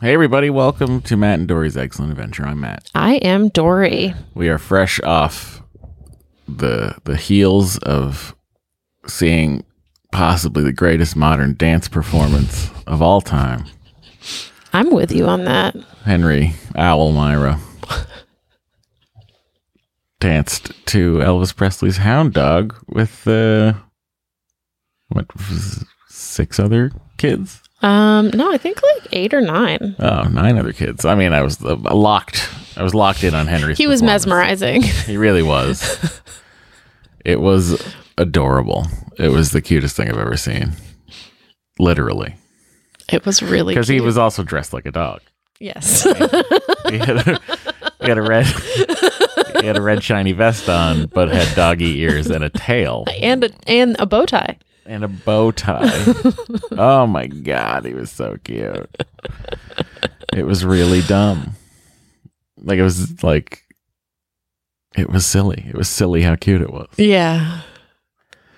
Hey, everybody. Welcome to Matt and Dory's Excellent Adventure. I'm Matt. I am Dory. We are fresh off the the heels of seeing possibly the greatest modern dance performance of all time. I'm with you on that. Henry Owl Myra danced to Elvis Presley's Hound Dog with uh, what six other kids? Um, no, I think like eight or nine. Oh, nine other kids. I mean, I was uh, locked. I was locked in on Henry's. He was performance. mesmerizing. He really was. it was adorable. It was the cutest thing I've ever seen. Literally, It was really because he cute. was also dressed like a dog. yes. He had a, he had a red. He had a red shiny vest on, but had doggy ears and a tail and a and a bow tie. and a bow tie. oh my god, he was so cute. It was really dumb. Like it was like it was silly. It was silly how cute it was. Yeah.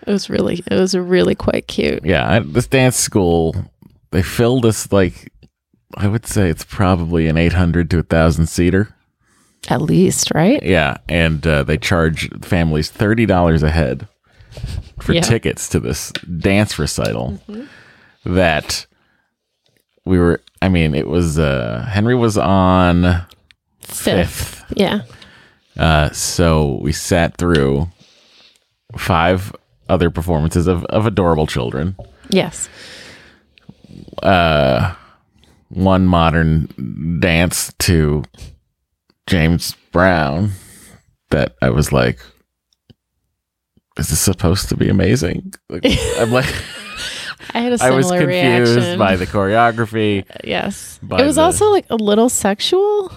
It was really it was really quite cute. yeah I, this dance school they filled us like i would say it's probably an 800 to 1000 seater At least, right? yeah and uh, they charge families $30 a head for Yeah. tickets to this dance recital that we were i mean it was uh henry was on fifth Yeah. uh, so we sat through five other performances of, of adorable children Yes. one modern dance to James Brown that I was like, is this supposed to be amazing? Like, I'm like, I had a I similar was confused reaction. by the choreography. yes. by it was the- also like a little sexual.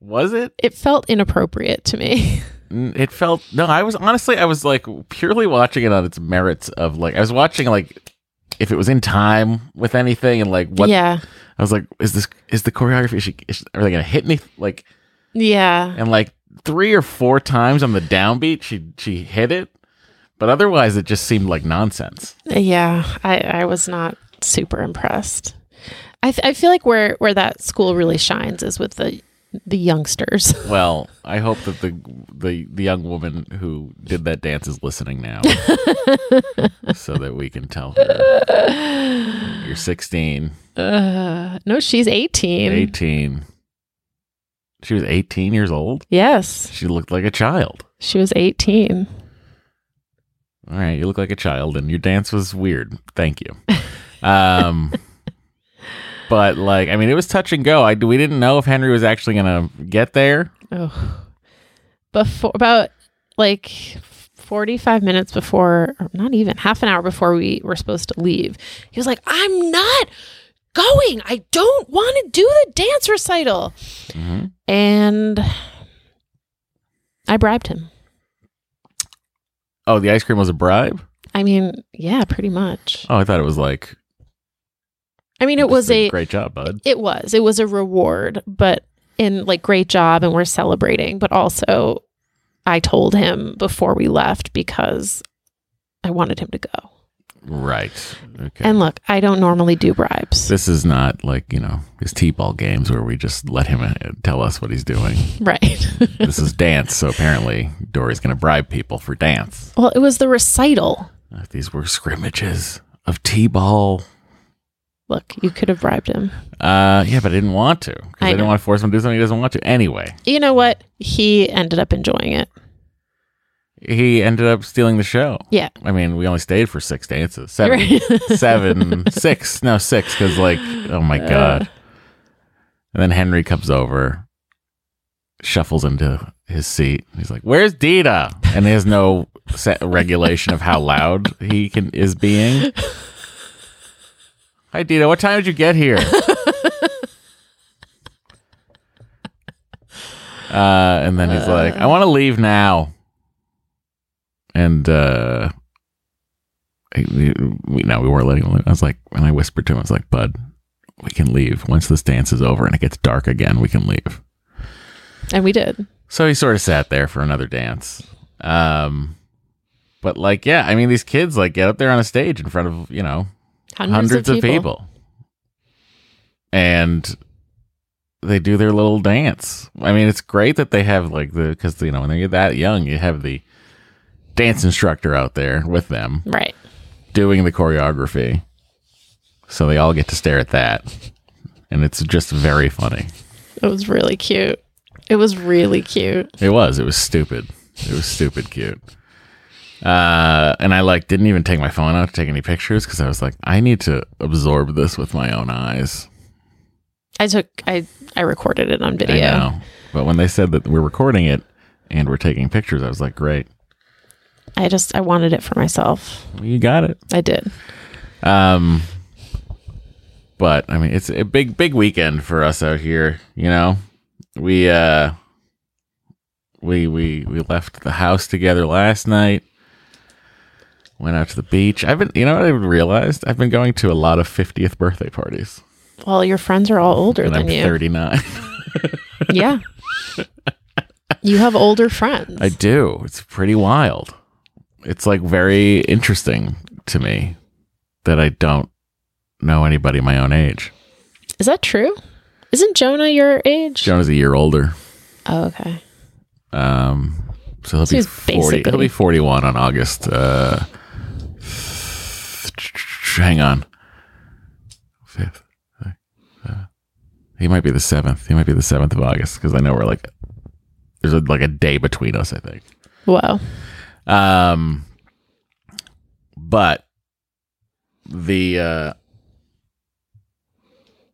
Was it? It felt inappropriate to me. N- It felt no. I was honestly, I was like purely watching it on its merits of like I was watching like if it was in time with anything and like what Yeah. I was like, is this is the choreography? Is she, is, are they gonna hit me? Like Yeah. and like three or four times on the downbeat she she hit it but otherwise it just seemed like nonsense Yeah, I, I was not super impressed. I, th- I feel like where where that school really shines is with the the youngsters. well i hope that the the, the young woman who did that dance is listening now so that we can tell her you're 16 Uh, no, she's eighteen. 18 she was 18 years old Yes, she looked like a child she was eighteen. all right you look like a child and your dance was weird thank you um but like i mean it was touch and go i we didn't know if henry was actually gonna get there Oh, before about like forty five minutes before, or not even half an hour before we were supposed to leave, he was like, "I'm not going. I don't want to do the dance recital," Mm-hmm. Mhm. and I bribed him. oh the ice cream was a bribe I mean, yeah, pretty much. oh i thought it was like I mean, it was just a great job bud it was it was a reward, but in like great job, and we're celebrating. But also, I told him before we left because I wanted him to go. right okay And look, I don't normally do bribes, this is not like you know his t-ball games where we just let him uh, tell us what he's doing right? this is dance so apparently dory's gonna bribe people for dance well, it was the recital. Uh, these were scrimmages of t-ball Look, you could have bribed him. Uh, yeah, but I didn't want to because I, I didn't know. want to force him to do something he doesn't want to. Anyway, You know what? He ended up enjoying it. he ended up stealing the show. Yeah. I mean, we only stayed for six dances, seven, seven, six, no six, because like, oh my god. And then Henry comes over, shuffles into his seat. He's like, "Where's Dita?" And there's no set regulation of how loud he can is being. Hi, Dita. What time did you get here? Uh, and then he's like, I want to leave now. And, uh, I- we, no, we weren't letting him leave. I was like, and I whispered to him, I was like, bud, we can leave. Once this dance is over and it gets dark again, we can leave. And we did. So he sort of sat there for another dance. Um, but like, yeah, I mean, these kids like get up there on a stage in front of, you know, Hundreds, hundreds, of, people. and they do their little dance. I mean, it's great that they have like the because you know when they're that young, you have the dance instructor out there with them Right. doing the choreography, so they all get to stare at that, and it's just very funny. It was really cute. It was really cute. It was. It was stupid. It was stupid cute. Uh, and I like didn't even take my phone out to take any pictures because I was like, I need to absorb this with my own eyes. I took I I recorded it on video. I know. But when they said that we're recording it and we're taking pictures, I was like, great, I just I wanted it for myself. Well, you got it. I did. Um, but I mean, it's a big, big weekend for us out here. You know, we uh, we we we left the house together last night. Went out to the beach. I've been, you know, what I realized I've been going to a lot of 50th birthday parties, Well, your friends are all older and than I'm you. 39. Yeah. you have older friends. I do. It's pretty wild. It's like very interesting to me that I don't know anybody my own age. Is that true? Isn't Jonah your age? Jonah's a year older. oh, okay. Um, so he'll So be he's forty. He'll basically- be forty-one on August. Uh, hang on, fifth. Uh, He might be the seventh. He might be the seventh of August because I know we're like there's a, like a day between us. I think. Wow. Um, but the uh,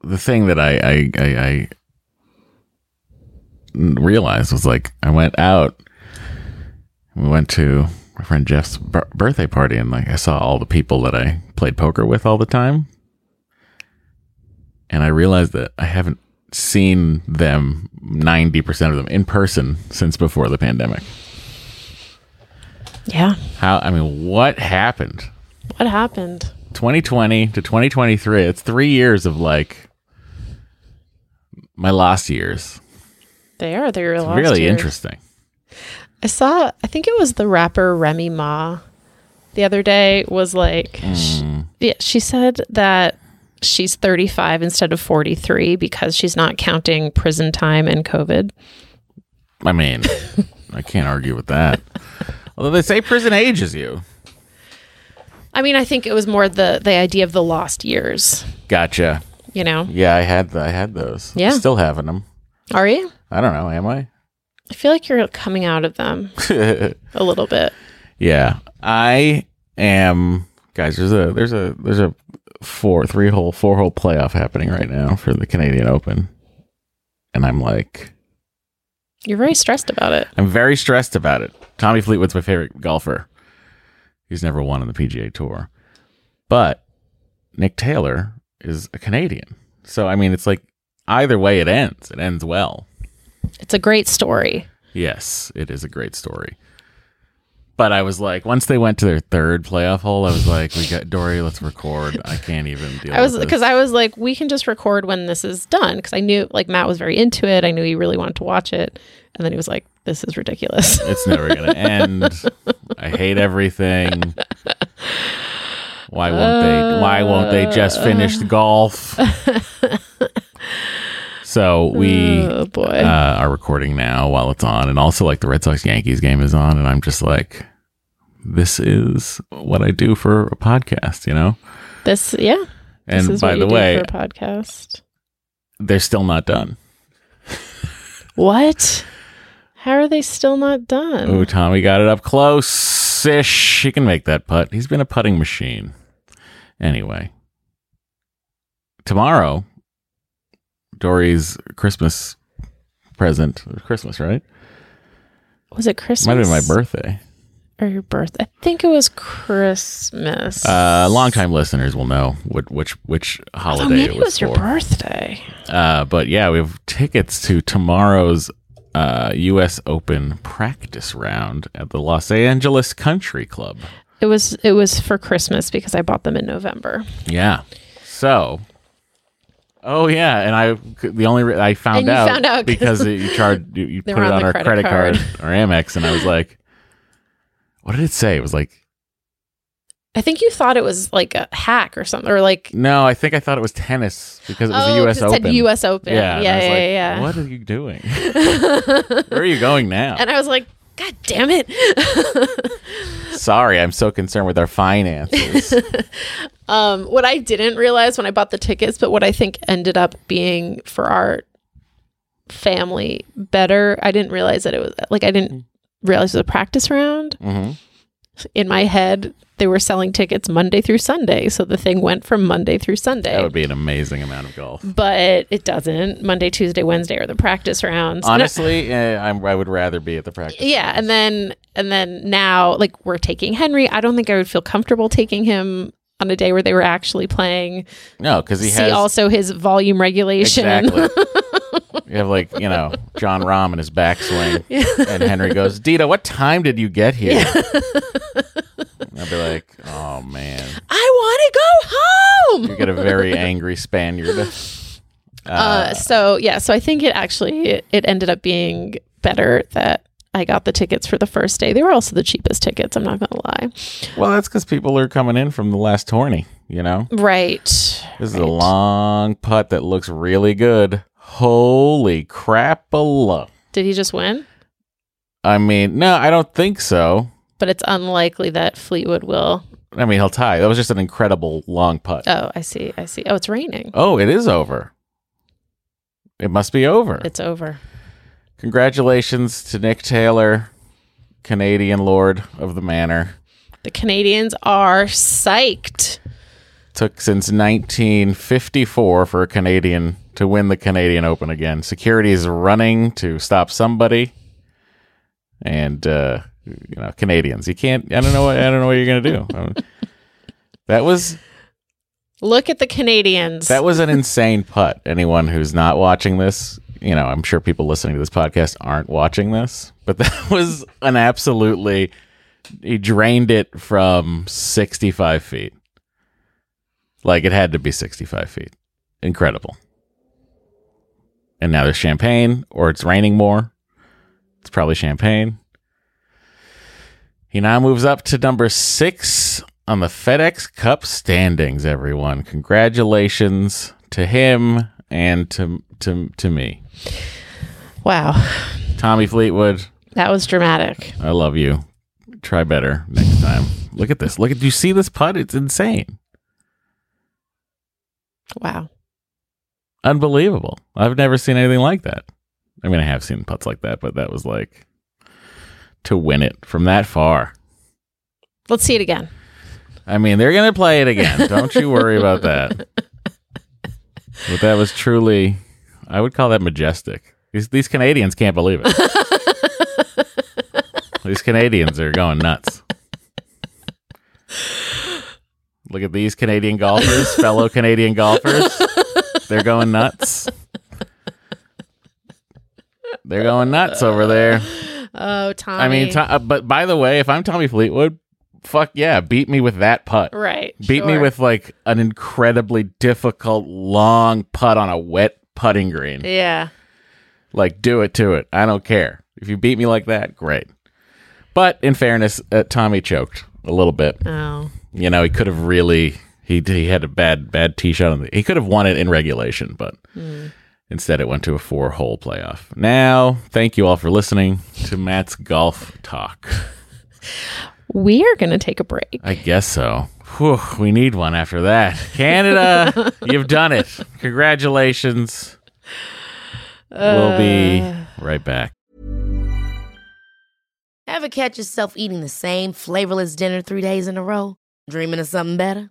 the thing that I I, I I realized was like I went out. We went to my friend Jeff's b- birthday party, and like I saw all the people that I played poker with all the time, and I realized that I haven't seen them ninety percent of them in person since before the pandemic. Yeah. How I mean, what happened? What happened? 2020 to 2023. It's three years of like my lost years. They are. They were It's lost really years. interesting. I saw. I think it was the rapper Remy Ma. The other day was like, Hmm. sh yeah, she said that she's 35 instead of 43 because she's not counting prison time and COVID. I mean, I can't argue with that. Although they say prison ages you. I mean, I think it was more the the idea of the lost years. Gotcha. You know, Yeah, I had th- I had those. Yeah. Still having them. are you? I don't know. Am I? I feel like you're coming out of them a little bit. Yeah, I am. Guys, there's a there's a there's a four three hole four hole playoff happening right now for the Canadian Open, and I'm like. You're very stressed about it. I'm very stressed about it. Tommy Fleetwood's my favorite golfer. He's never won on the PGA Tour. But Nick Taylor is a Canadian. So, I mean, it's like either way it ends, it ends well. It's a great story. Yes, it is a great story. But I was like, once they went to their third playoff hole, I was like, we got Dory, let's record. I can't even deal I was with this. because I was like, we can just record when this is done because I knew like Matt was very into it. I knew he really wanted to watch it, and then he was like, "This is ridiculous." It's never gonna end. I hate everything. Why won't they? Why won't they just finish the golf? So we uh, oh boy, are recording now while it's on, and also like the Red Sox Yankees game is on, and I'm just like, this is what I do for a podcast, you know. this yeah. this And is by what the you do way, for a podcast. they're still not done. What? How are they still not done? Ooh, Tommy got Oh, it up close ish. He can make that putt. He's been a putting machine. Anyway, tomorrow, Dory's Christmas present. Christmas, right? Was it Christmas? Might have been my birthday. or your birth? I think it was Christmas. Uh, longtime listeners will know what, which which Oh, holiday maybe it was, it was your for. birthday. Uh, but yeah, we have tickets to tomorrow's uh, U.S. Open practice round at the Los Angeles Country Club. It was it was for Christmas because I bought them in November. Yeah. So. Oh yeah, and I the only re- I found And you out, found out 'cause- because it, you charged you, you They put it were on on the our credit, credit card. or Amex, and I was like, what did it say? It was like I think you thought it was like a hack or something, or like No, I think I thought it was tennis because it was oh, the U.S. it said Open. U.S. Open. Yeah, and yeah, I was yeah, like, yeah. What are you doing? Where are you going now? and I was like, God damn it! Sorry, I'm so concerned with our finances. um, what I didn't realize when I bought the tickets, but what I think ended up being for our family better, I didn't realize that it was like I didn't realize it was a practice round. hmm In my head, they were selling tickets Monday through Sunday, so the thing went from Monday through Sunday. That would be an amazing amount of golf. but it doesn't. Monday, Tuesday, Wednesday are the practice rounds. And I- Honestly, eh, I'm, I would rather be at the practice. yeah and then and then now like we're taking henry i don't think i would feel comfortable taking him on a day where they were actually playing No, because he see has also his volume regulation exactly. you have like you know John Rahm in his backswing, and Henry goes, "Dita, what time did you get here?" I'd be like, "Oh man, i want to go you home get a very angry Spaniard." uh, so yeah so i think it actually it, ended up being better that i got the tickets for the first day they were also the cheapest tickets i'm not gonna lie Well, that's because people are coming in from the last tourney. You know, right this is a long putt that looks really good. Holy crap! did he just win I mean, no, I don't think so. but it's unlikely that fleetwood will I mean, he'll tie. That was just an incredible long putt. oh i see i see oh it's raining oh, it is over. It must be over. it's over Congratulations to Nick Taylor, Canadian Lord of the Manor. The Canadians are psyched. Took since 1954 for a Canadian to win the Canadian Open again. Security is running to stop somebody, and uh, you know Canadians. You can't. I don't know. What, I don't know what you're gonna do. I don't- that was Look at the Canadians. that was an insane putt. Anyone who's not watching this, you know, I'm sure people listening to this podcast aren't watching this, but that was an absolutely he drained it from 65 feet. Like it had to be 65 feet. Incredible. And now there's champagne, or it's raining more. It's probably champagne. He now moves up to number six on the FedEx Cup standings, everyone. Congratulations to him and to to to me. wow. Tommy Fleetwood, That was dramatic. I love you. Try better next time. Look at this. Look at do you see this putt? It's insane. Wow. Unbelievable. I've never seen anything like that. I mean, I have seen putts like that, but that was like to win it from that far. Let's see it again. I mean, they're going to play it again. Don't you worry about that. But that was truly, I would call that majestic. These, these Canadians can't believe it. these Canadians are going nuts. Look at these Canadian golfers, fellow Canadian golfers. They're going nuts. They're going nuts over there. Oh, Tommy. I mean, to, uh, but by the way, if I'm Tommy Fleetwood, fuck yeah, beat me with that putt. right. Beat me sure. with like an incredibly difficult long putt on a wet putting green. Yeah. Like, do it to it. I don't care. If you beat me like that, great. But in fairness, uh, Tommy choked a little bit. Oh. You know, he could have really he he had a bad bad tee shot on the. He could have won it in regulation, but instead it went to a four hole playoff. Now, thank you all for listening to Matt's golf talk. We are going to take a break. I guess so. Whew, we need one after that. Canada, you've done it. Congratulations. we'll be right back. Ever catch yourself eating the same flavorless dinner three days in a row? Dreaming of something better?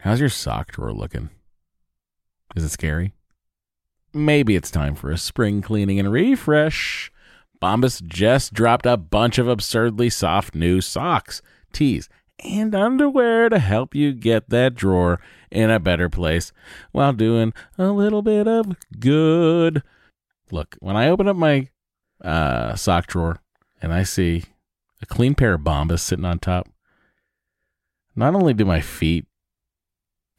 How's your sock drawer looking? Is it scary? Maybe it's time for a spring cleaning and refresh. Bombas just dropped a bunch of absurdly soft new socks, tees, and underwear to help you get that drawer in a better place while doing a little bit of good. Look, when I open up my uh, sock drawer and I see a clean pair of Bombas sitting on top, not only do my feet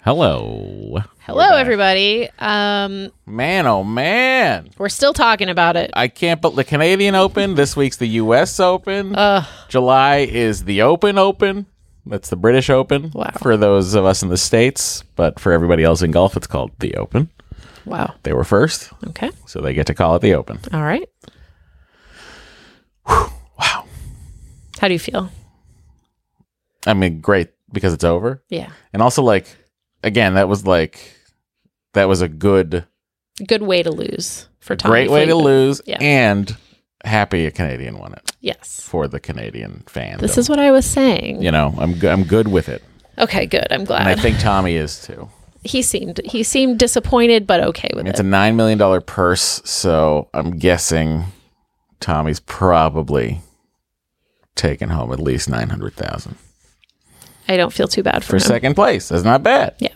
Hello. Hello, We're back. everybody. Um, Man, oh man. we're still talking about it. I can't but the Canadian Open. This week's the US Open. Ugh. July is the Open Open. That's the British Open Wow. for those of us in the States, but for everybody else in golf, it's called the Open. Wow. They were first, Okay. so they get to call it the Open. All right. Wow. How do you feel? I mean, great because it's over. Yeah. And also, like, again, that was like, that was a good, Good way to lose for Tommy. great way to Fleetwood. lose Yeah. and happy a Canadian won it Yes. for the Canadian fan. This is what I was saying. you know, I'm, go- I'm good with it. Okay, good. I'm And I glad. think Tommy is too. he seemed he seemed disappointed but okay with It's it. a nine million dollar purse, so I'm guessing Tommy's probably taking home at least nine hundred thousand I don't feel too bad for, for him. second place. That's not bad. Yeah.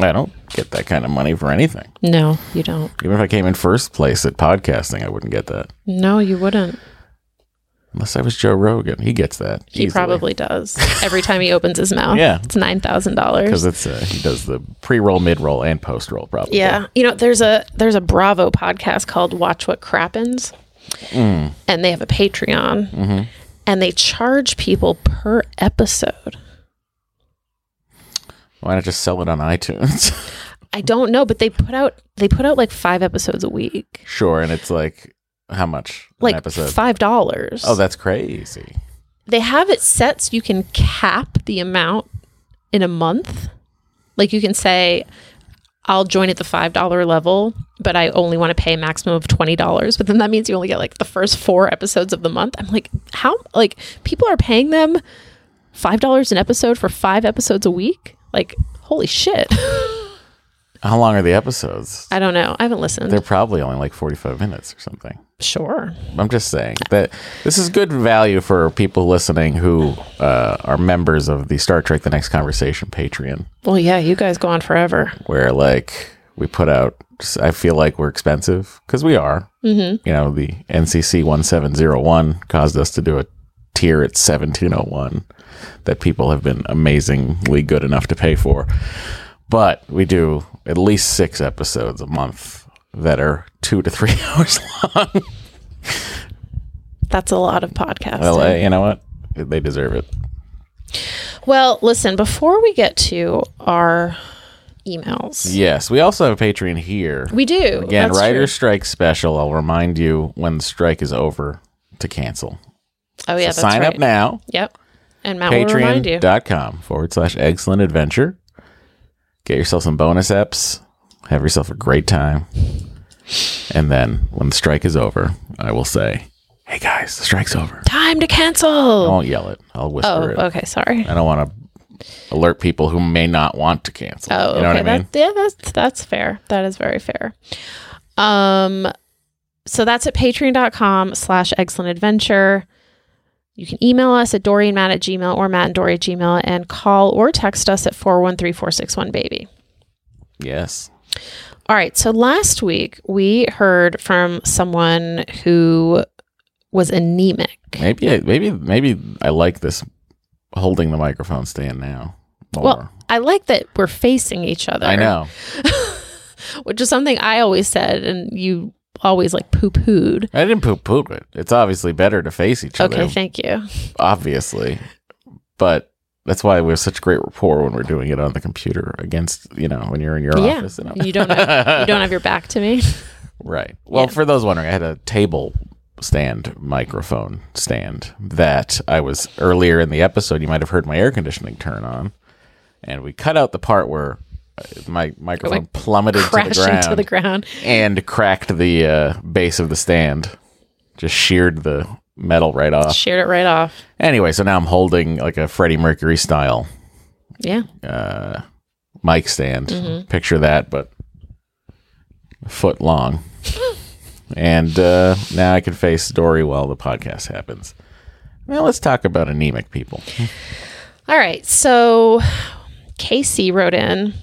I don't get that kind of money for anything. No, you don't. Even if I came in first place at podcasting, I wouldn't get that No, you wouldn't. unless I was Joe Rogan. He gets that. He probably does. Every time he opens his mouth. Yeah. It's nine thousand dollars. because it's uh, he does the pre roll, mid roll, and post roll. Probably. Yeah. You know, there's a there's a Bravo podcast called Watch What Crappens. Mm. And they have a Patreon. Mm-hmm. And they charge people per episode. Why not just sell it on iTunes? I don't know, but they put out they put out like five episodes a week. sure. And it's like how much Like an episode? five dollars. oh, that's crazy. they have it set so you can cap the amount in a month. Like you can say, I'll join at the five dollar level, but I only want to pay a maximum of twenty dollars. But then that means you only get like the first four episodes of the month. I'm like, how like people are paying them five dollars an episode for five episodes a week? Like, holy shit. How long are the episodes? I don't know. I haven't listened. They're probably only like 45 minutes or something. sure. I'm just saying that this is good value for people listening who uh, are members of the Star Trek The Next Conversation Patreon, Well, yeah, you guys go on forever. where like we put out, I feel like we're expensive because we are. Mm-hmm. You know, the NCC 1701 caused us to do a tier at 1701 that people have been amazingly good enough to pay for. But we do at least six episodes a month that are two to three hours long. That's a lot of podcasts. Well, hey, you know what? They deserve it. Well, listen, before we get to our emails, Yes, we also have a Patreon here. we do. Again, That's writer true. strike special. I'll remind you when the strike is over to cancel. Oh, yeah. so that's sign up right. now. Yep. And Matt will remind you. Patreon.com forward slash excellent adventure. Get yourself some bonus eps. Have yourself a great time. And then when the strike is over, I will say, hey guys, the strike's over. Time to cancel. I Oh, won't yell it. I'll whisper it. okay. Sorry. I don't want to alert people who may not want to cancel. Oh, you know okay. what I mean? That's, yeah, that's that's fair. That is very fair. Um, so that's at patreon.com slash excellent adventure. You can email us at Dory and Matt at Gmail or Matt and Dory at Gmail and call or text us at 413 461 baby. Yes. All right. So last week we heard from someone who was anemic. Maybe, I, maybe, maybe I like this holding the microphone stand now. More. Well, I like that we're facing each other. I know. Which is something I always said, and you always like poo pooed. I didn't poop poop it. It's obviously better to face each other. Okay, thank you. obviously. But that's why we have such great rapport when we're doing it on the computer against, you know, when you're in your Yeah. office. And You don't have, you don't have your back to me. right. Well, Yeah. for those wondering, I had a table stand microphone stand that I was earlier in the episode. You might have heard my air conditioning turn on, and we cut out the part where uh, my microphone went plummeted to the, Crashing ground to the ground. and cracked the uh, base of the stand, just sheared the metal right off. Sheared it right off. Anyway, so now I'm holding like a Freddie Mercury style Yeah. uh, mic stand. Mm-hmm. Picture that, but a foot long. and uh, now I can face Dory while the podcast happens. Now let's talk about anemic people. All right. So Casey wrote in.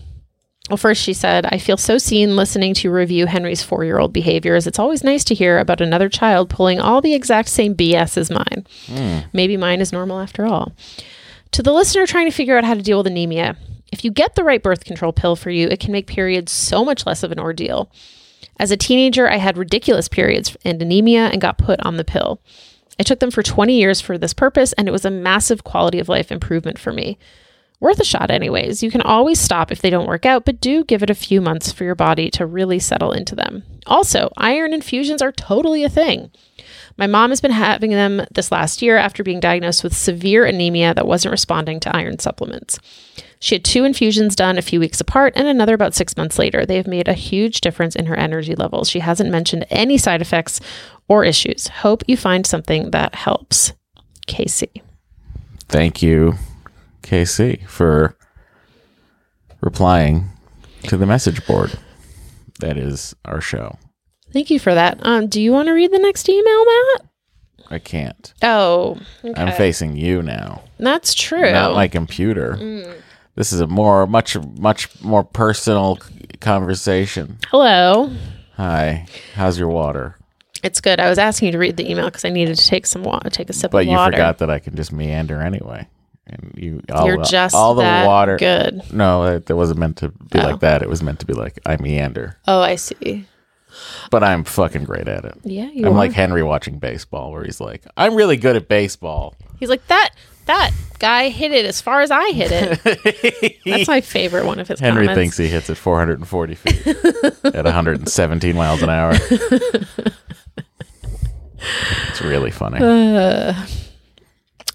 Well, first she said, I feel so seen listening to review Henry's four year old behaviors. It's always nice to hear about another child pulling all the exact same BS as mine. Maybe mine is normal after all. To the listener trying to figure out how to deal with anemia, if you get the right birth control pill for you, it can make periods so much less of an ordeal. As a teenager, I had ridiculous periods and anemia and got put on the pill. I took them for 20 years for this purpose, and it was a massive quality of life improvement for me. Worth a shot, anyways. You can always stop if they don't work out, but do give it a few months for your body to really settle into them. Also, iron infusions are totally a thing. My mom has been having them this last year after being diagnosed with severe anemia that wasn't responding to iron supplements. She had two infusions done a few weeks apart and another about six months later. They have made a huge difference in her energy levels. She hasn't mentioned any side effects or issues. Hope you find something that helps. Casey. Thank you, KC, for replying to the message board. That is our show. Thank you for that. Um, do you want to read the next email, Matt? I can't. Oh, okay. I'm facing you now. That's true. Mm. not my computer. This is a more, much, much more personal c- conversation. Hello. Hi, how's your water? It's good. I was asking you to read the email because I needed to take some water, take a sip But of you water. forgot that I can just meander anyway, and you all, You're just all the that water. good. No, it, it wasn't meant to be Oh. like that. It was meant to be like I meander, Oh, I see. but I'm fucking great at it. Yeah, you I'm are. like Henry watching baseball, where he's like, "I'm really good at baseball." He's like that. That guy hit it as far as I hit it. That's my favorite one of his. Henry thinks comments. he hits at 440 feet at 117 miles an hour. it's really funny. Uh.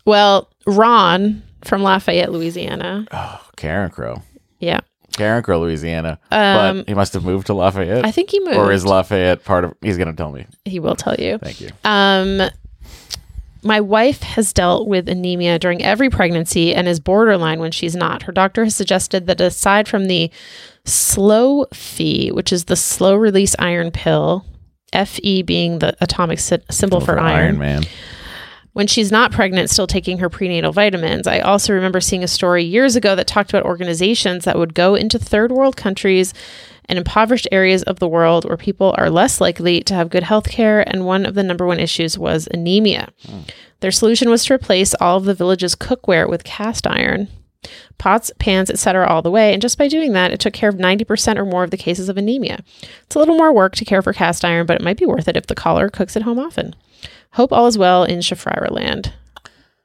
Well, Ron from Lafayette, Louisiana. Karen Crow. Yeah, Karen Crow, Louisiana. Um, but he must have moved to Lafayette. I think he moved. Or is Lafayette part of. He's going to tell me. he will tell you. Thank you. Um, my wife has dealt with anemia during every pregnancy and is borderline when she's not. Her doctor has suggested that aside from the slow fee, which is the slow release iron pill, Fe being the atomic sy- symbol for, iron Man. and impoverished areas of the world where people are less likely to have good health care, and one of the number one issues was anemia. Their solution was to replace all of the village's cookware with cast iron, pots, pans, etc., all the way, and just by doing that, it took care of 90% or more of the cases of anemia. It's a little more work to care for cast iron, but it might be worth it if the caller cooks at home often. Hope all is well in Shafrira land.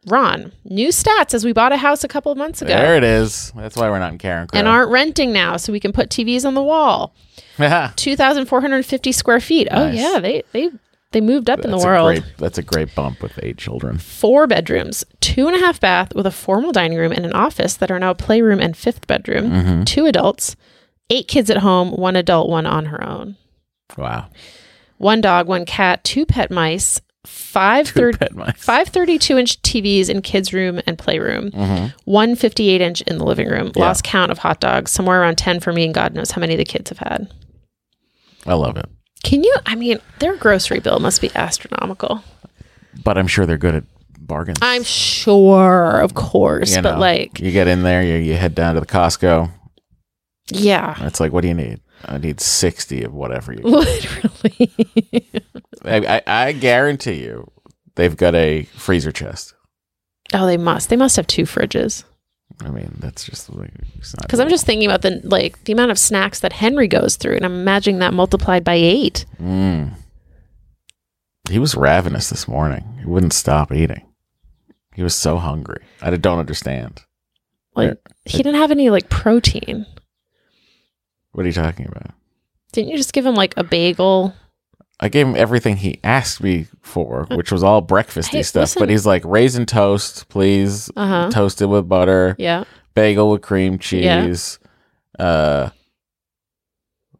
Ron, new stats as we bought a house a couple of months ago There it is. That's why we're not in Karen Crow. and aren't renting now, so we can put TVs on the wall. that's Two thousand four hundred fifty square feet. Oh Nice. yeah, they they they moved up in the a world. great. That's a great bump with eight children. Four bedrooms, two and a half bath with a formal dining room and an office that are now a playroom and fifth bedroom. Mm-hmm. Two adults, eight kids at home, one adult, one on her own. Wow. One dog, one cat, two pet mice, five Two third. pet mice. Five 32 inch TVs in kids' room and playroom, Mhm. one 58 inch in the living room. Yeah. Lost count of hot dogs, somewhere around 10 for me, and God knows how many the kids have had. I love it, Can you? I mean, their grocery bill must be astronomical. but I'm sure they're good at bargains. I'm sure, of course, You but know, like, you get in there, you, you head down to the Costco. yeah, and It's like, what do you need? I need sixty of whatever you. literally. I, I, I guarantee you, they've got a freezer chest. oh, they must. They must have two fridges. I mean, that's just like Because I'm just thinking about the like the amount of snacks that Henry goes through, and I'm imagining that multiplied by eight. Mm. He was ravenous this morning. He wouldn't stop eating. He was so hungry. I don't understand. Like he didn't have any like protein. What are you talking about? Didn't you just give him like a bagel? I gave him everything he asked me for, which was all breakfasty Hey, stuff. listen. But he's like raisin toast, please, Uh huh. toasted with butter, Yeah. bagel with cream cheese, uh,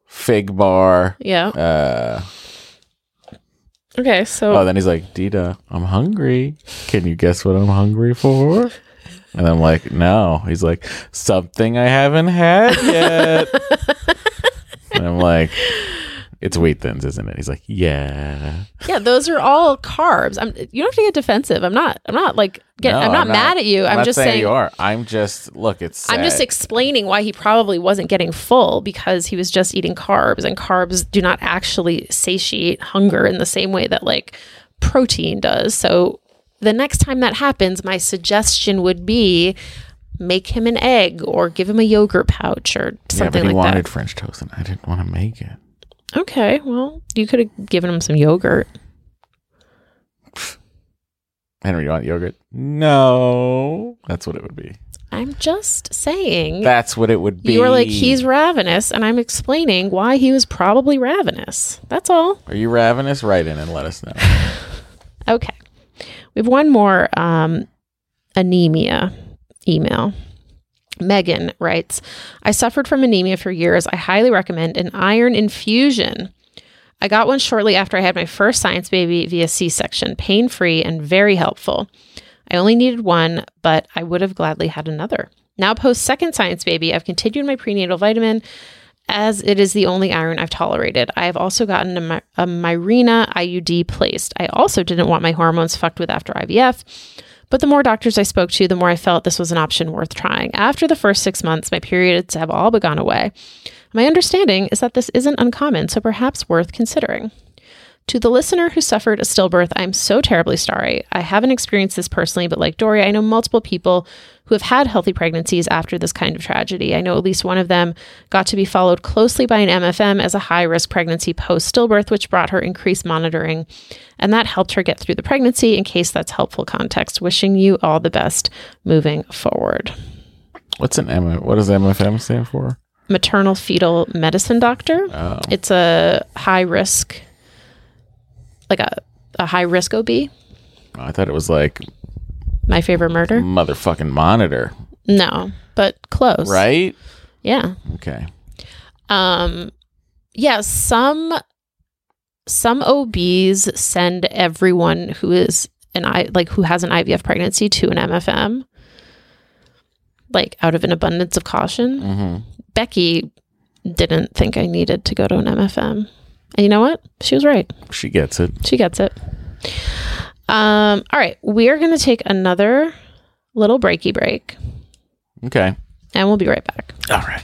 fig bar. Yeah. Uh, Okay. So oh, then he's like, Dita, I'm hungry. Can you guess what I'm hungry for? And I'm like, no. He's like, something I haven't had yet. and I'm like, it's wheat thins, isn't it? He's like, yeah. yeah, those are all carbs. I'm. You don't have to get defensive. I'm not. I'm not like. Get, No, I'm, not mad at you. I'm, not just saying you are. I'm just look. It's sad. I'm just explaining why he probably wasn't getting full because he was just eating carbs, and carbs do not actually satiate hunger in the same way that like protein does. So the next time that happens, my suggestion would be make him an egg or give him a yogurt pouch or yeah, but something he like wanted French toast, and I didn't want to make it. that. Okay, well, you could have given him some yogurt. Henry, you want yogurt? No, that's what it would be. I'm just saying. That's what it would be. you were like, he's ravenous, and I'm explaining why he was probably ravenous. That's all. Are you ravenous? Write in and let us know. Okay. We have one more um, anemia email. Megan writes I suffered from anemia for years. I highly recommend an iron infusion. I got one shortly after I had my first science baby via C section, pain free and very helpful. I only needed one, but I would have gladly had another. Now, post second science baby, I've continued my prenatal vitamin as it is the only iron I've tolerated. I have also gotten a, my- a Mirena IUD placed. I also didn't want my hormones fucked with after IVF, but the more doctors I spoke to, the more I felt this was an option worth trying. After the first six months, my periods have all but gone away. My understanding is that this isn't uncommon, so perhaps worth considering. To the listener who suffered a stillbirth, I'm so terribly sorry. I haven't experienced this personally, but like Doria, I know multiple people who have had healthy pregnancies after this kind of tragedy. I know at least one of them got to be followed closely by an MFM as a high risk pregnancy post stillbirth, which brought her increased monitoring, and that helped her get through the pregnancy. In case that's helpful context, wishing you all the best moving forward. What's an M? What does MFM stand for? Maternal fetal medicine doctor. Oh, It's a high risk, like a, a high risk OB. Oh, I thought it was like My favorite Mm. murder? motherfucking monitor, No, but close. right? Yeah. Okay. Um yeah, some some OBs send everyone who is an I like who has an IVF pregnancy to an MFM. Like out of an abundance of caution. hmm Becky didn't think I needed to go to an MFM. And you know what? She was right. She gets it. She gets it. Um all right, we are going to take another little breaky break Okay. and we'll be right back. All right.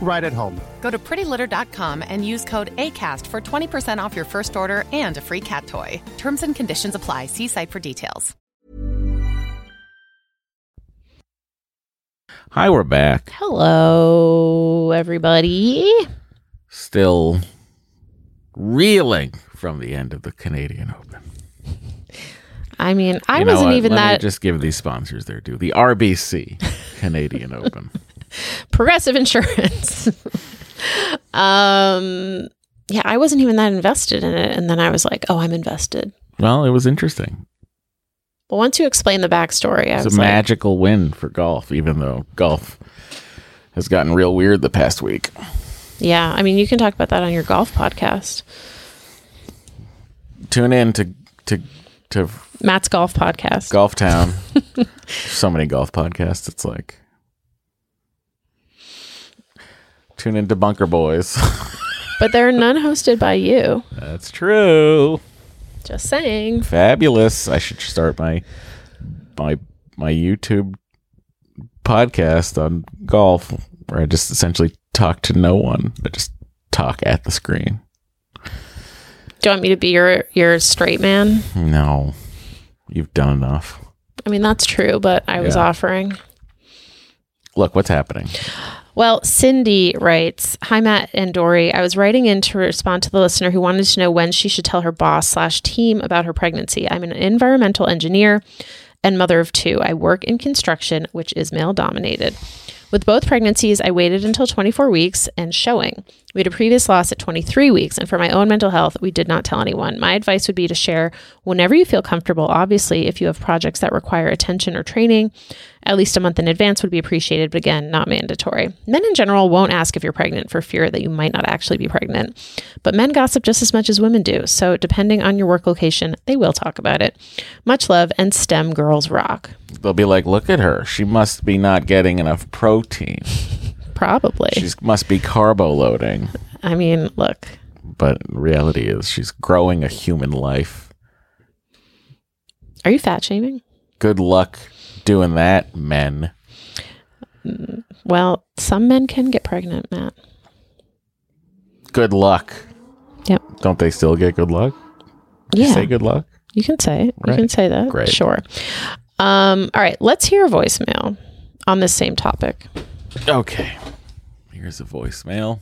right at home. Go to prettylitter.com and use code ACAST for 20% off your first order and a free cat toy. Terms and conditions apply. See site for details. Hi, we're back. Hello, everybody. Still reeling from the end of the Canadian Open. I mean, I You know wasn't what? even Let me that just give these sponsors their due. The RBC Canadian Open. progressive insurance. um, yeah, I wasn't even that invested in it. And then I was like, oh, I'm invested. Well, it was interesting. But once you explain the backstory, I It's was a like, magical win for golf, even though golf has gotten real weird the past week. yeah, I mean, you can talk about that on your golf podcast, Tune in to to to Matt's golf podcast. Golf Town. so many golf podcasts. It's like tune into Bunker Boys. But there are none hosted by you. That's true. Just saying. Fabulous. I should start my my my YouTube podcast on golf where I just essentially talk to no one. I just talk at the screen. Do you want me to be your your straight man? No. You've done enough. I mean, that's true, but I was Yeah. offering. Look, what's happening? Well, Cindy writes, "Hi Matt and Dory. I was writing in to respond to the listener who wanted to know when she should tell her boss slash team about her pregnancy. I'm an environmental engineer and mother of two. I work in construction, which is male dominated. With both pregnancies, I waited until 24 weeks and showing. We had a previous loss at 23 weeks, and for my own mental health, we did not tell anyone. My advice would be to share whenever you feel comfortable. Obviously, if you have projects that require attention or training, at least a month in advance would be appreciated, but again, not mandatory. Men in general won't ask if you're pregnant for fear that you might not actually be pregnant, but men gossip just as much as women do, so depending on your work location, they will talk about it. Much love and STEM girls rock. They'll be like, look at her. She must be not getting enough protein. Probably. She must be carbo loading. I mean, look, But reality is, she's growing a human life. are you fat shaming? Good luck doing that, men. Well, some men can get pregnant, Matt. Good luck. Yep. Don't they still get good luck? You Yeah. Say good luck. You can say it. Right. You can say that. Great. Sure. Um, all right, let's hear a voicemail on this same topic. Okay. Here's a voicemail.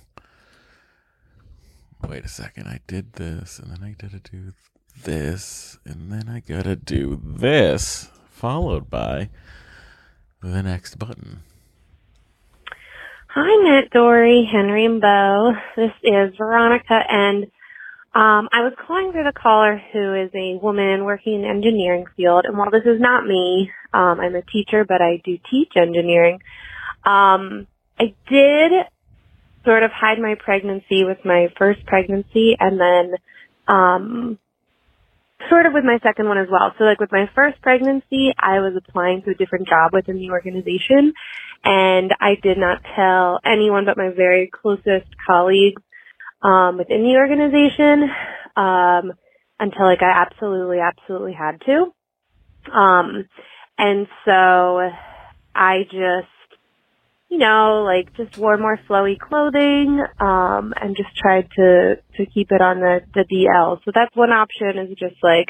Wait a second. I did this, and then I gotta do this, and then I gotta do this, followed by the next button. Hi, Matt, Dory, Henry, and Bo. This is Veronica, and um, I was calling for the caller who is a woman working in the engineering field. And while this is not me, um, I'm a teacher, but I do teach engineering. Um, I did sort of hide my pregnancy with my first pregnancy, and then um, sort of with my second one as well. So, like with my first pregnancy, I was applying to a different job within the organization and I did not tell anyone but my very closest colleagues um, within the organization um, until like I absolutely, absolutely had to. Um, and so I just, you know, like just wore more flowy clothing um, and just tried to to keep it on the the DL. So that's one option is just like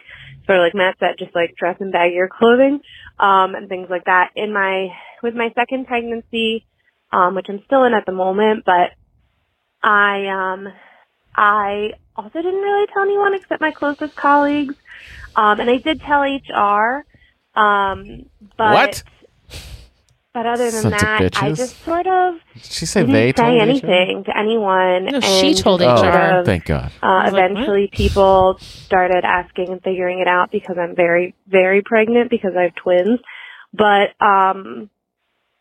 sort of like Matt said, just like dress and bag your clothing um, and things like that. In my with my second pregnancy, um, which I'm still in at the moment, but I um, I also didn't really tell anyone except my closest colleagues, um, and I did tell HR. Um, but What? But other than Sons of that, I bitches. just sort of Did she say didn't they say told you so? anything to anyone. No, she and told sort HR. Oh, of, thank God. uh, was like, eventually people started asking and figuring it out because I'm very, very pregnant because I have twins. But, um,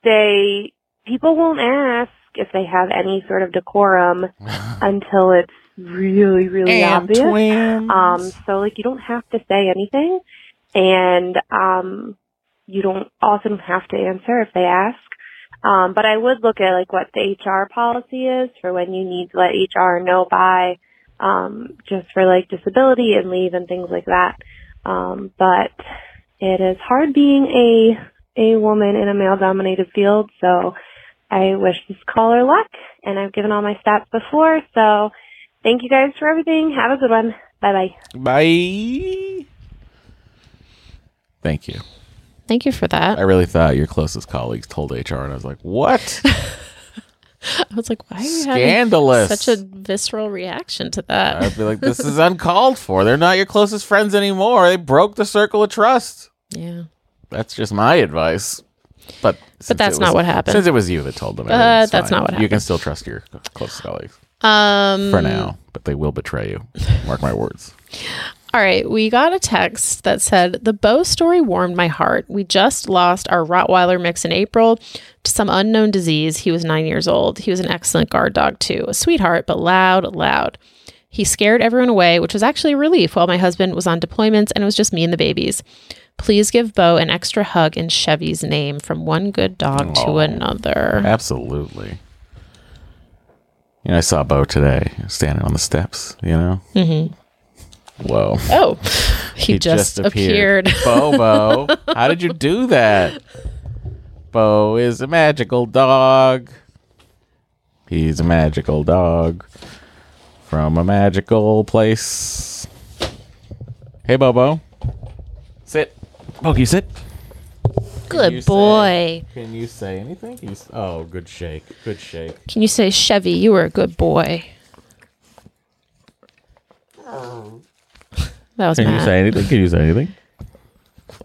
they, people won't ask if they have any sort of decorum until it's really, really obvious. twins. Um, so like you don't have to say anything. and um, you don't often have to answer if they ask. Um, but I would look at like what the HR policy is for when you need to let HR know by, um, just for like disability and leave and things like that. Um, but it is hard being a a woman in a male dominated field, so I wish this caller luck. And I've given all my stats before, so thank you guys for everything. Have a good one. Bye bye. Bye. Thank you. Thank you for that. I really thought your closest colleagues told HR, and I was like, "What? I was like, why are you having Scandalous!" such a visceral reaction to that? I'd be like, "This is uncalled for. They're not your closest friends anymore. They broke the circle of trust." yeah. That's just my advice. But since that's it not was- what happened. Since it was you that told them, But everything's that's fine. not what You can happened. still trust your closest colleagues Um for now, but they will betray you. Mark my words. All right, we got a text that said, The Bo story warmed my heart. We just lost our Rottweiler mix in April to some unknown disease. He was nine years old. He was an excellent guard dog, too. A sweetheart, but loud, loud. He scared everyone away, which was actually a relief while my husband was on deployments and it was just me and the babies. Please give Bo an extra hug in Chevy's name from one good dog to Aw. another. Absolutely. You know, I saw Bo today standing on the steps. You know. Mm-hmm. Whoa. Oh, he, just, appeared. Bobo, how did you do that? Bo is a magical dog. He's a magical dog from a magical place. Hey, Bobo. Sit. Oh, can you sit? you good say- boy. Can you say anything? Can you s- oh, good shake. Good shake. Can you say, Chevy, you were a good boy? That was Can you Matt. say anything? Can you say anything?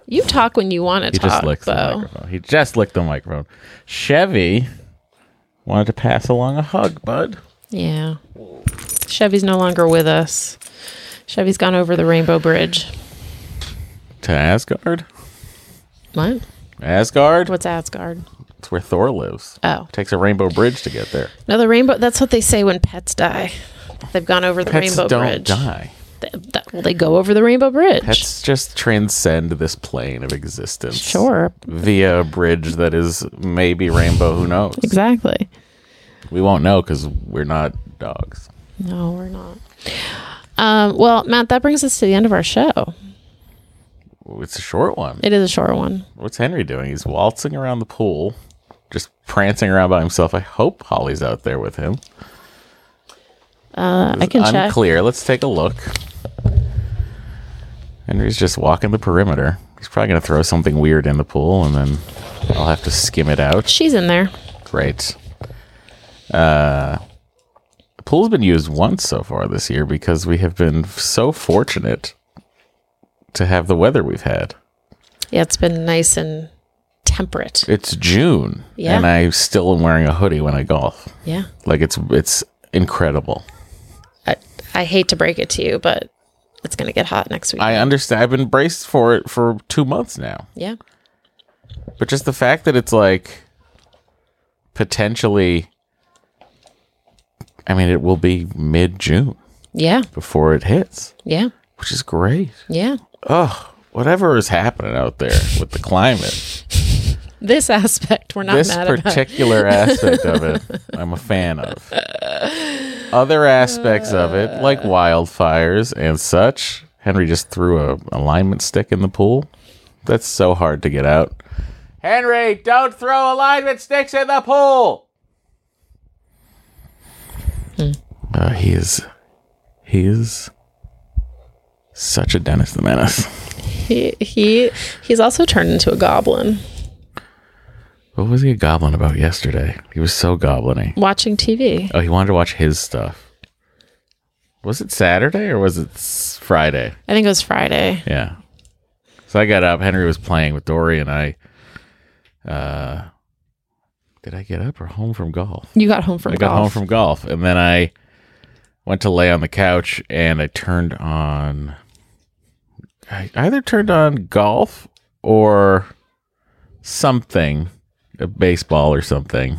You talk when you want to He talk, just licks the though. microphone. He just licked the microphone. Chevy wanted to pass along a hug, bud. Yeah. Chevy's no longer with us. Chevy's gone over the Rainbow Bridge. To Asgard? What? Asgard? What's Asgard? It's where Thor lives. Oh, Takes a rainbow bridge to get there. no, the rainbow. That's what they say when pets die. They've gone over the Pets Rainbow don't Bridge. die. They, that- well, they go over the Rainbow Bridge. Pets just transcend this plane of existence. sure, Via a bridge that is maybe rainbow, who knows? exactly. We won't know because we're not dogs. No, we're not. Um, well, Matt, that brings us to the end of our show. It's a short one. It is a short one. What's Henry doing? He's waltzing around the pool, just prancing around by himself. I hope Holly's out there with him. Uh, I can check. unclear. Let's take a look. Henry's just walking the perimeter. He's probably going to throw something weird in the pool, and then I'll have to skim it out. She's in there. Great. Uh, the pool's been used once so far this year because we have been so fortunate to have the weather we've had. Yeah, it's been nice and temperate. It's June, Yeah. and I still am wearing a hoodie when I golf. Yeah. Like it's it's incredible. I, I hate to break it to you, but it's going to get hot next week. I understand. I've been braced for it for two months now. yeah. But just the fact that it's like potentially, I mean, it will be mid June Yeah. before it hits, Yeah. which is great. Yeah. Oh, whatever is happening out there with the climate, This aspect we're not this mad about. particular aspect of it, I'm a fan of. Other aspects of it, like wildfires and such, Henry just threw a alignment stick in the pool. That's so hard to get out. Henry, don't throw alignment sticks in the pool. Hmm. Uh, he is, he is such a Dennis the Menace. He, he he's also turned into a goblin What was he a goblin about yesterday? He was so gobliny. watching TV. Oh, he wanted to watch his stuff. Was it Saturday or was it s- Friday? I think it was Friday. Yeah. So I got up. Henry was playing with Dory, and I. Uh, did I get up or home from golf? You got home from I got golf. home from golf, and then I went to lay on the couch, and I turned on. I either turned on golf or something, a baseball or something,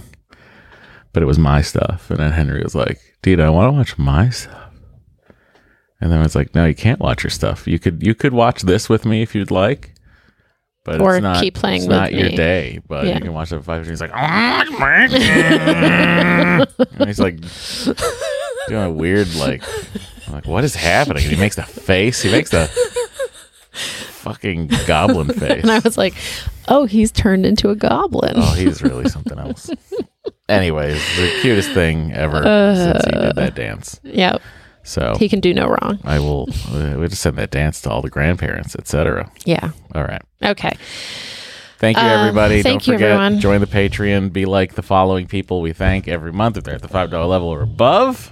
but it was my stuff. And then Henry was like, "Dude, I want to watch my stuff." And then I was like, no, you can't watch your stuff. You could you could watch this with me if you'd like. But Or it's not, keep playing it's with not your me. day, but Yeah. you can watch it at five. And he's like, "Oh, and he's like doing a weird like, I'm like what is happening? And he makes the face. He makes the fucking goblin face. And I was like, oh, he's turned into a goblin. Oh, he's really something else. Anyways, the cutest thing ever Uh, since he did that dance. yeah. So He can do no wrong. I will. Uh, we just send that dance to all the grandparents, etc. Yeah. All right. Okay. Thank you, Um, everybody. thank Don't you, forget, everyone. join the Patreon. Be like the following people we thank every month if they're at the five dollar level or above.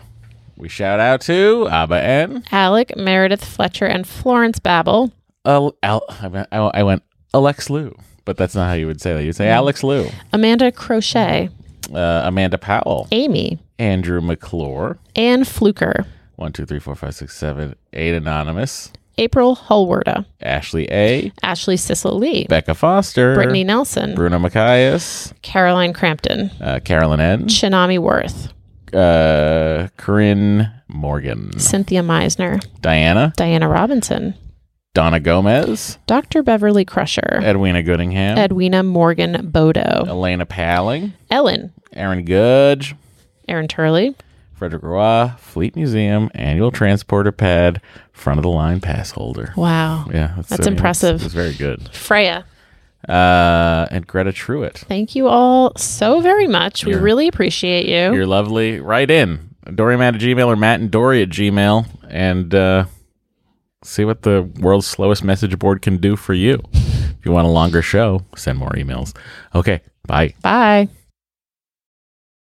We shout out to Abba N. Alec, Meredith Fletcher, and Florence Babel. Al, Al, I, went, I, I went Alex Lou, but that's not how you would say that. You'd Mm. say Alex Lou, Amanda Crochet, uh, Amanda Powell, Amy, Andrew McClure, Anne Fluker, one, two, three, four, five, six, seven, eight, anonymous, April Holwerda, Ashley A, Ashley Sissel Lee, Becca Foster, Brittany Nelson, Bruno Macias, Caroline Crampton, uh, Carolyn N, Shinami Worth, uh, Corinne Morgan, Cynthia Meisner, Diana, Diana Robinson, Donna Gomez, Dr. Beverly Crusher, Edwina Goodingham, Edwina Morgan Bodo, Elena Palling, Ellen, Aaron Goodge, Aaron Turley, Frederick Roy, Fleet Museum, Annual Transporter Pad, Front of the Line Pass Holder. wow, Yeah, That's impressive. It's, it's very good. Freya. Uh, and Greta Truitt. Thank you all so very much. We You're- really appreciate you. You're lovely. Write in Dory Matt at Gmail or Matt and Dory at Gmail and uh, see what the world's slowest message board can do for you. If you want a longer show, send more emails. Okay, bye. Bye.